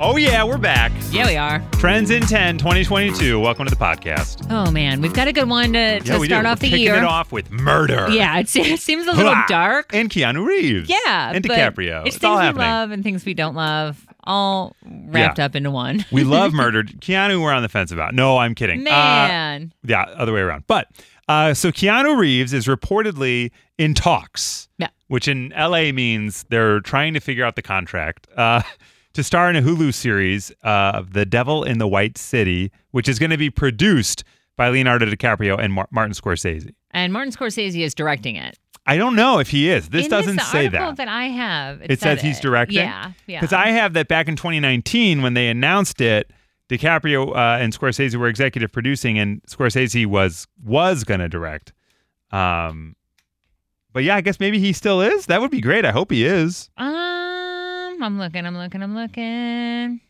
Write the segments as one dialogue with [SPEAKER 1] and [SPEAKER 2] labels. [SPEAKER 1] Oh, yeah, we're back.
[SPEAKER 2] Yeah, we are.
[SPEAKER 1] Trends in 10 2022. Welcome to the podcast.
[SPEAKER 2] Oh man, we've got a good one to, to
[SPEAKER 1] yeah, we
[SPEAKER 2] start
[SPEAKER 1] do.
[SPEAKER 2] off
[SPEAKER 1] we're
[SPEAKER 2] the
[SPEAKER 1] kicking
[SPEAKER 2] year.
[SPEAKER 1] it off with murder.
[SPEAKER 2] Yeah, it, se- it seems a little
[SPEAKER 1] Hurrah!
[SPEAKER 2] dark.
[SPEAKER 1] And Keanu Reeves.
[SPEAKER 2] Yeah,
[SPEAKER 1] And
[SPEAKER 2] but
[SPEAKER 1] DiCaprio.
[SPEAKER 2] It's,
[SPEAKER 1] It's,
[SPEAKER 2] things
[SPEAKER 1] all
[SPEAKER 2] we
[SPEAKER 1] happening.
[SPEAKER 2] love and things we don't love, all wrapped
[SPEAKER 1] Yeah.
[SPEAKER 2] up into one.
[SPEAKER 1] we love murder. Keanu, we're on the fence about. No, I'm kidding. Uh,
[SPEAKER 2] Man,
[SPEAKER 1] yeah, other way around. But uh, so Keanu Reeves is reportedly in talks,
[SPEAKER 2] Yeah.
[SPEAKER 1] which in LA means they're trying to figure out the contract uh, to star in a Hulu series uh, of The Devil in the White City, which is going to be produced by Leonardo DiCaprio and Mar- Martin Scorsese.
[SPEAKER 2] and Martin Scorsese is directing it.
[SPEAKER 1] I don't know if he is. This
[SPEAKER 2] In
[SPEAKER 1] doesn't
[SPEAKER 2] the
[SPEAKER 1] say
[SPEAKER 2] article
[SPEAKER 1] that.
[SPEAKER 2] that I have.
[SPEAKER 1] It
[SPEAKER 2] said
[SPEAKER 1] says he's
[SPEAKER 2] it.
[SPEAKER 1] directing?
[SPEAKER 2] Yeah, yeah.
[SPEAKER 1] Because I have that back in 2019 when they announced it, DiCaprio uh, and Scorsese were executive producing, and Scorsese was was gonna direct. Um, but yeah, I guess maybe he still is. That would be great. I hope he is.
[SPEAKER 2] um, I'm looking, I'm looking, I'm looking.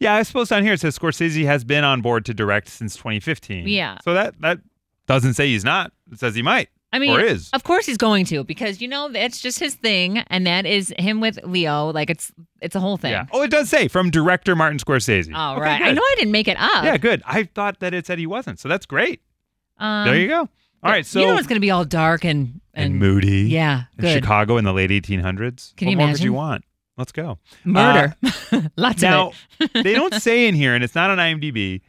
[SPEAKER 1] Yeah, I suppose down here it says Scorsese has been on board to direct since 2015.
[SPEAKER 2] Yeah.
[SPEAKER 1] So that that doesn't say he's not. It says he might.
[SPEAKER 2] I mean,
[SPEAKER 1] Or is.
[SPEAKER 2] of course he's going to because you know that's just his thing, and that is him with Leo. Like it's it's a whole thing.
[SPEAKER 1] Yeah. Oh, it does say from director Martin Scorsese.
[SPEAKER 2] All
[SPEAKER 1] Okay,
[SPEAKER 2] right. I
[SPEAKER 1] good.
[SPEAKER 2] know I didn't make it up.
[SPEAKER 1] Yeah, good. I thought that it said he wasn't. So that's great.
[SPEAKER 2] Um,
[SPEAKER 1] there you go. All right. So
[SPEAKER 2] you know it's going to be all dark and
[SPEAKER 1] and, moody.
[SPEAKER 2] Yeah,
[SPEAKER 1] in
[SPEAKER 2] good.
[SPEAKER 1] Chicago in the late 1800s.
[SPEAKER 2] Can
[SPEAKER 1] what
[SPEAKER 2] you
[SPEAKER 1] more could you
[SPEAKER 2] imagine?
[SPEAKER 1] want? Let's go. Uh,
[SPEAKER 2] Murder, lots
[SPEAKER 1] Now,
[SPEAKER 2] of
[SPEAKER 1] they don't say in here, and it's not on IMDb.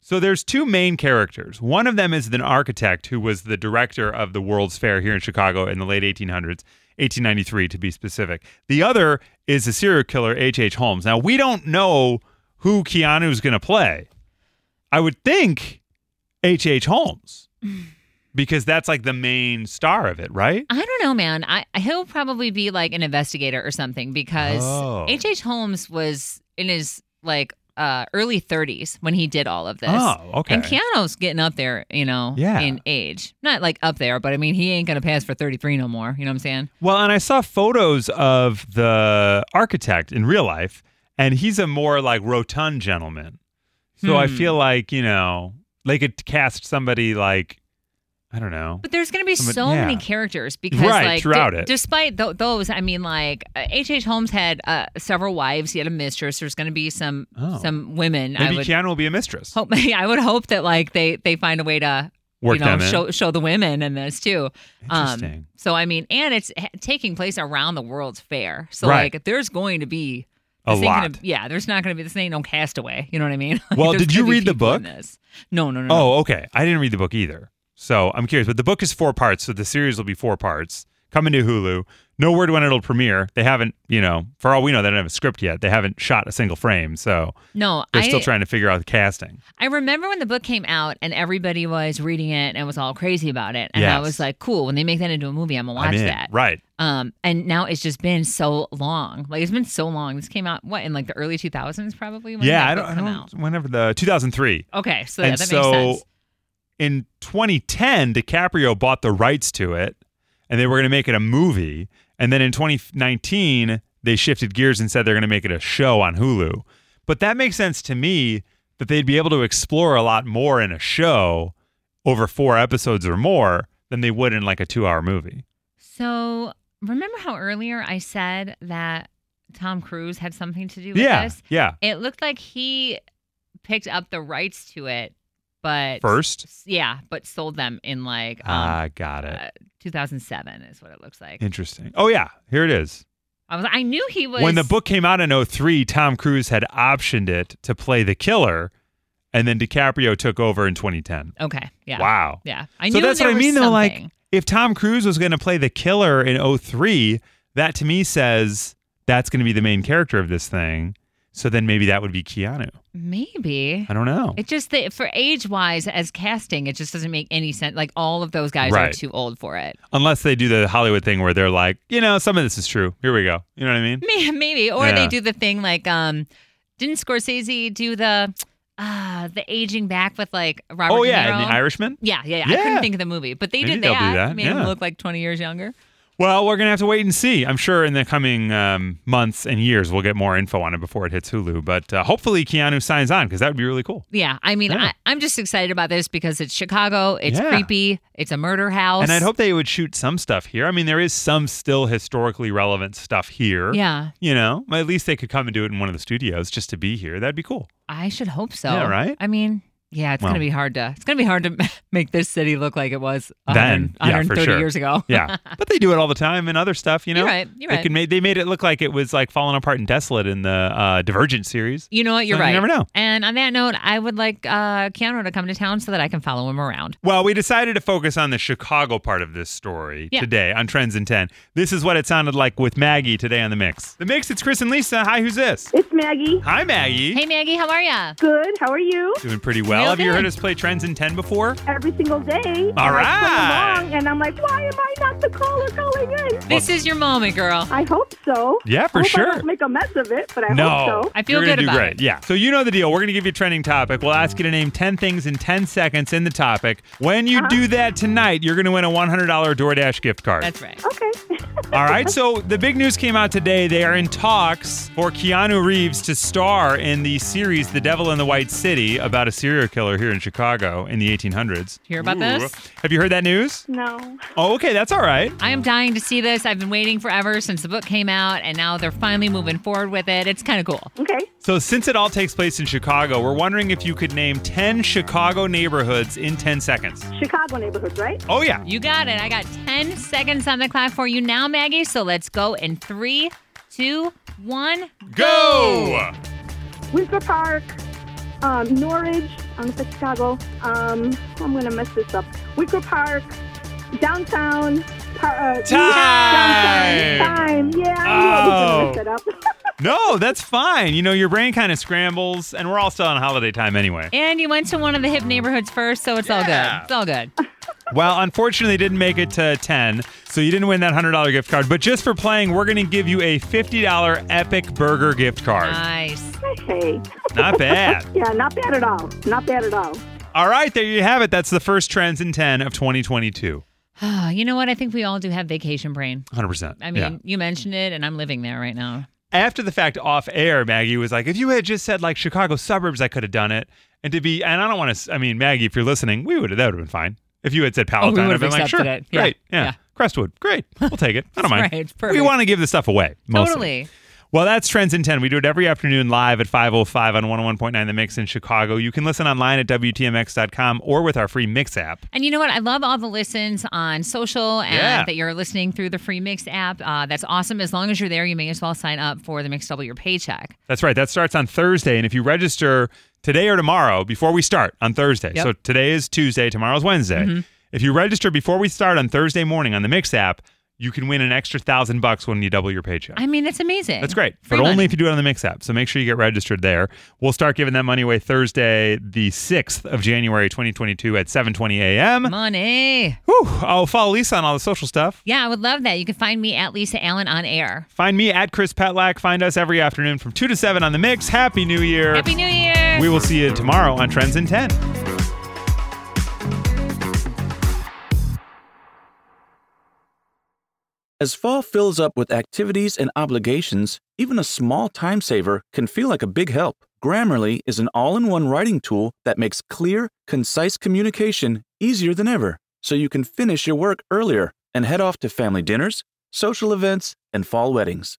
[SPEAKER 1] So there's two main characters. One of them is an architect who was the director of the World's Fair here in Chicago in the late 1800s, 1893 to be specific. The other is the serial killer H.H. H. Holmes. Now, we don't know who Keanu's going to play. I would think H.H. H. Holmes because that's like the main star of it, right?
[SPEAKER 2] it. I don't know, man. I he'll probably be like an investigator or something because
[SPEAKER 1] Oh.
[SPEAKER 2] H.H. H. Holmes was in his like uh, early 30s when he did all of this.
[SPEAKER 1] Oh, okay.
[SPEAKER 2] And Keanu's getting up there, you know,
[SPEAKER 1] Yeah.
[SPEAKER 2] in age. Not like up there, but I mean, he ain't going to pass for 33 no more. You know what I'm saying?
[SPEAKER 1] Well, and I saw photos of the architect in real life, and he's a more like rotund gentleman. So I
[SPEAKER 2] Hmm.
[SPEAKER 1] feel like, you know, they could cast somebody like, I don't know.
[SPEAKER 2] But there's going to be
[SPEAKER 1] Somebody-
[SPEAKER 2] so many
[SPEAKER 1] yeah.
[SPEAKER 2] characters because,
[SPEAKER 1] Right,
[SPEAKER 2] like,
[SPEAKER 1] throughout it.
[SPEAKER 2] despite th- those, I mean, like H.H. H. Holmes had uh, several wives. He had a mistress. There's going to be some
[SPEAKER 1] Oh.
[SPEAKER 2] some women. I
[SPEAKER 1] Maybe
[SPEAKER 2] would
[SPEAKER 1] Keanu will be a mistress.
[SPEAKER 2] hope. I would hope that like they they find a way to
[SPEAKER 1] Work
[SPEAKER 2] you know
[SPEAKER 1] them in.
[SPEAKER 2] show show the women in this too. Um,
[SPEAKER 1] Interesting.
[SPEAKER 2] so I mean, and it's ha- taking place around the World's Fair. So
[SPEAKER 1] Right.
[SPEAKER 2] like, there's going to be.
[SPEAKER 1] A
[SPEAKER 2] this ain't gonna-
[SPEAKER 1] lot.
[SPEAKER 2] yeah, there's not going to be this ain't no castaway. You know what I mean? Like,
[SPEAKER 1] Well,
[SPEAKER 2] there's
[SPEAKER 1] did you
[SPEAKER 2] gonna be
[SPEAKER 1] read the
[SPEAKER 2] people in
[SPEAKER 1] book?
[SPEAKER 2] this. No, no, no. no.
[SPEAKER 1] Oh, okay. I didn't read the book either. So I'm curious. But the book is four parts. So the series will be four parts. Coming to Hulu. No word when it'll premiere. They haven't, you know, for all we know, they don't have a script yet. They haven't shot a single frame. So
[SPEAKER 2] no,
[SPEAKER 1] they're
[SPEAKER 2] I
[SPEAKER 1] still trying to figure out the casting.
[SPEAKER 2] I remember when the book came out and everybody was reading it and was all crazy about it. And I
[SPEAKER 1] Yes.
[SPEAKER 2] was like, cool, when they make that into a movie, I'm going to
[SPEAKER 1] I'm
[SPEAKER 2] watch
[SPEAKER 1] in.
[SPEAKER 2] that.
[SPEAKER 1] Right.
[SPEAKER 2] Um, and now it's just been so long. Like, it's been so long. This came out, what, in like the early 2000s probably? When did
[SPEAKER 1] yeah,
[SPEAKER 2] that
[SPEAKER 1] I don't,
[SPEAKER 2] book
[SPEAKER 1] I
[SPEAKER 2] come
[SPEAKER 1] don't whenever the 2003.
[SPEAKER 2] out? Okay, so yeah,
[SPEAKER 1] and
[SPEAKER 2] that
[SPEAKER 1] so
[SPEAKER 2] makes sense.
[SPEAKER 1] in 2010, DiCaprio bought the rights to it and they were going to make it a movie. And then in 2019, they shifted gears and said they're going to make it a show on Hulu. But that makes sense to me that they'd be able to explore a lot more in a show over four episodes or more than they would in like a two hour movie.
[SPEAKER 2] So, remember how earlier I said that Tom Cruise had something to do with
[SPEAKER 1] yeah.
[SPEAKER 2] this?
[SPEAKER 1] Yeah.
[SPEAKER 2] It looked like he picked up the rights to it, but.
[SPEAKER 1] First.
[SPEAKER 2] Yeah, but sold them in like. Um,
[SPEAKER 1] Ah, got it.
[SPEAKER 2] uh, 2007 is what it looks like.
[SPEAKER 1] Interesting. Oh, yeah. Here it is.
[SPEAKER 2] I was I knew he was
[SPEAKER 1] when the book came out in 03 tom cruise had optioned it to play the killer and then dicaprio took over in 2010
[SPEAKER 2] Okay, yeah.
[SPEAKER 1] wow
[SPEAKER 2] Yeah. I
[SPEAKER 1] so
[SPEAKER 2] knew
[SPEAKER 1] that's
[SPEAKER 2] there
[SPEAKER 1] what i
[SPEAKER 2] was
[SPEAKER 1] mean though like
[SPEAKER 2] something.
[SPEAKER 1] if tom cruise was going to play the killer in 03 that to me says that's going to be the main character of this thing so then maybe that would be keanu
[SPEAKER 2] maybe
[SPEAKER 1] i don't know
[SPEAKER 2] it just that for age wise as casting it just doesn't make any sense like all of those guys are
[SPEAKER 1] Right.
[SPEAKER 2] too old for it.
[SPEAKER 1] unless they do the hollywood thing where they're like you know some of this is true here we go you know what i mean
[SPEAKER 2] May- Maybe or
[SPEAKER 1] Yeah.
[SPEAKER 2] they do the thing like um didn't Scorsese do the uh the aging back with like Robert
[SPEAKER 1] oh
[SPEAKER 2] De
[SPEAKER 1] yeah and
[SPEAKER 2] Niro?
[SPEAKER 1] the irishman
[SPEAKER 2] yeah, yeah, yeah, I
[SPEAKER 1] Yeah.
[SPEAKER 2] couldn't think of the movie, but they
[SPEAKER 1] Maybe
[SPEAKER 2] did
[SPEAKER 1] they'll do
[SPEAKER 2] that.
[SPEAKER 1] that,
[SPEAKER 2] Made him
[SPEAKER 1] yeah.
[SPEAKER 2] look like 20 years younger.
[SPEAKER 1] Well, we're gonna have to wait and see. I'm sure in the coming um, months and years we'll get more info on it before it hits Hulu. But uh, hopefully Keanu signs on because that would be really cool.
[SPEAKER 2] Yeah, I mean,
[SPEAKER 1] Yeah.
[SPEAKER 2] I, I'm just excited about this because it's Chicago. It's
[SPEAKER 1] Yeah.
[SPEAKER 2] creepy. It's a murder house.
[SPEAKER 1] And I'd hope they would shoot some stuff here. I mean, there is some still historically relevant stuff here.
[SPEAKER 2] Yeah,
[SPEAKER 1] You know, at least they could come and do it in one of the studios just to be here. That'd be cool.
[SPEAKER 2] I should hope so.
[SPEAKER 1] Yeah, right?
[SPEAKER 2] I mean, yeah, it's
[SPEAKER 1] Well.
[SPEAKER 2] gonna be hard to. It's gonna be hard to make this city look like it was
[SPEAKER 1] Then,
[SPEAKER 2] 100,
[SPEAKER 1] yeah, for
[SPEAKER 2] 130
[SPEAKER 1] sure.
[SPEAKER 2] years ago.
[SPEAKER 1] Yeah. but they do it all the time in other stuff, you know?
[SPEAKER 2] You're right. You're
[SPEAKER 1] They
[SPEAKER 2] right.
[SPEAKER 1] could made they made it look like it was like falling apart and desolate in the uh, Divergent series.
[SPEAKER 2] You know what? You're
[SPEAKER 1] So
[SPEAKER 2] right.
[SPEAKER 1] You never know.
[SPEAKER 2] And on that note, I would like uh, Keanu to come to town so that I can follow him around.
[SPEAKER 1] Well, we decided to focus on the Chicago part of this story
[SPEAKER 2] Yeah.
[SPEAKER 1] today on Trends in 10. This is what it sounded like with Maggie today on The Mix. The Mix, it's Chris and Lisa. Hi, who's this?
[SPEAKER 3] It's Maggie.
[SPEAKER 1] Hi, Maggie.
[SPEAKER 2] Hey, Maggie, how are ya?
[SPEAKER 3] Good. How are you?
[SPEAKER 1] Doing pretty well.
[SPEAKER 2] Real
[SPEAKER 1] Have you
[SPEAKER 2] good.
[SPEAKER 1] heard us play Trends in 10 before?
[SPEAKER 3] Every single day.
[SPEAKER 1] All
[SPEAKER 3] I
[SPEAKER 1] right.
[SPEAKER 3] play along and I'm like, why am I not the caller calling in?
[SPEAKER 2] This is your moment, girl.
[SPEAKER 3] I hope so.
[SPEAKER 1] Yeah, for
[SPEAKER 3] I hope
[SPEAKER 1] sure.
[SPEAKER 3] I don't make a mess of it, but I
[SPEAKER 1] no.
[SPEAKER 3] hope so.
[SPEAKER 2] I feel
[SPEAKER 1] You're gonna
[SPEAKER 2] good
[SPEAKER 1] do
[SPEAKER 2] about
[SPEAKER 1] great.
[SPEAKER 2] it.
[SPEAKER 1] Yeah. So you know the deal. We're going to give you a trending topic. We'll ask you to name 10 things in 10 seconds in the topic. When
[SPEAKER 3] Uh-huh.
[SPEAKER 1] you do that tonight, you're going to win a $100 DoorDash gift card.
[SPEAKER 2] That's right.
[SPEAKER 3] Okay.
[SPEAKER 1] All right, so the big news came out today. They are in talks for Keanu Reeves to star in the series The Devil in the White City about a serial killer here in Chicago in the 1800s.
[SPEAKER 2] Hear about this?
[SPEAKER 1] Have you heard that news?
[SPEAKER 3] no.
[SPEAKER 1] Oh, okay, that's all right.
[SPEAKER 2] I am dying to see this. I've been waiting forever since the book came out, and now they're finally moving forward with it. It's kind of cool.
[SPEAKER 3] Okay.
[SPEAKER 1] So, since it all takes place in Chicago, we're wondering if you could name 10 Chicago neighborhoods in 10 seconds.
[SPEAKER 3] Chicago neighborhoods, right?
[SPEAKER 1] Oh, yeah.
[SPEAKER 2] You got it. I got 10 seconds on the clock for you now, Maggie. So let's go in three, two, one,
[SPEAKER 1] Go!
[SPEAKER 3] Windsor Park, um, Norridge. I'm from Chicago. Um, I'm going to mess this up. Wicker Park, downtown. Par- uh,
[SPEAKER 1] Time! Oh.
[SPEAKER 3] Downtown. Time. Yeah, I knew I was going to mess it up.
[SPEAKER 1] No, that's fine. You know, your brain kind of scrambles, and we're all still on holiday time anyway.
[SPEAKER 2] And you went to one of the hip neighborhoods first, so it's all
[SPEAKER 1] Yeah.
[SPEAKER 2] good. It's all good.
[SPEAKER 1] Well, unfortunately, didn't make it to 10, so you didn't win that $100 gift card. But just for playing, we're going to give you a $50 Epic Burger gift card.
[SPEAKER 2] Nice.
[SPEAKER 3] hey.
[SPEAKER 1] Not bad.
[SPEAKER 3] Yeah, not bad at all. Not bad at all.
[SPEAKER 1] All right, there you have it. That's the first Trends in 10 of 2022.
[SPEAKER 2] you know what? I think we all do have vacation brain.
[SPEAKER 1] 100%.
[SPEAKER 2] I mean,
[SPEAKER 1] Yeah.
[SPEAKER 2] you mentioned it, and I'm living there right now.
[SPEAKER 1] After the fact, off air, Maggie was like, if you had just said like Chicago suburbs, I could have done it. And to be, and I don't want to, I mean, Maggie, if you're listening, we would have, that would have been fine. If you had said Palatine, I'd
[SPEAKER 2] Oh, would've
[SPEAKER 1] been like,
[SPEAKER 2] accepted
[SPEAKER 1] sure.
[SPEAKER 2] it. Yeah.
[SPEAKER 1] Great. Yeah.
[SPEAKER 2] Yeah.
[SPEAKER 1] Crestwood. Great. We'll take it. I don't mind.
[SPEAKER 2] Right, it's
[SPEAKER 1] We
[SPEAKER 2] perfect.
[SPEAKER 1] want to give the stuff away. mostly.
[SPEAKER 2] Totally.
[SPEAKER 1] Well, that's Trends in 10. We do it every afternoon live at 505 on 101.9 The Mix in Chicago. You can listen online at WTMX.com or with our free Mix app.
[SPEAKER 2] And you know what? I love all the listens on social and
[SPEAKER 1] Yeah.
[SPEAKER 2] that you're listening through the free Mix app. Uh, that's awesome. As long as you're there, you may as well sign up for the Mix Double Your Paycheck.
[SPEAKER 1] That's right. That starts on Thursday. And if you register today or tomorrow before we start on Thursday,
[SPEAKER 2] Yep. Mm-hmm.
[SPEAKER 1] so today is Tuesday, tomorrow's Wednesday. If you register before we start on Thursday morning on the Mix app, you can win an extra thousand bucks when you double your paycheck.
[SPEAKER 2] I mean, that's amazing.
[SPEAKER 1] That's great.
[SPEAKER 2] Free
[SPEAKER 1] but
[SPEAKER 2] money.
[SPEAKER 1] only if you do it on the Mix app. So make sure you get registered there. We'll start giving that money away Thursday, the 6th of January, 2022 at 7.20 a.m.
[SPEAKER 2] money.
[SPEAKER 1] Whew. Oh, follow Lisa on all the social stuff.
[SPEAKER 2] Yeah, I would love that. You can find me at Lisa Allen on air.
[SPEAKER 1] Find me at Chris Petlak. Find us every afternoon from 2 to 7 on The Mix. Happy New Year.
[SPEAKER 2] Happy New Year.
[SPEAKER 1] we will see you tomorrow on Trends in 10.
[SPEAKER 4] As fall fills up with activities and obligations, even a small time saver can feel like a big help. Grammarly is an all in one writing tool that makes clear, concise communication easier than ever, so you can finish your work earlier and head off to family dinners, social events, and fall weddings.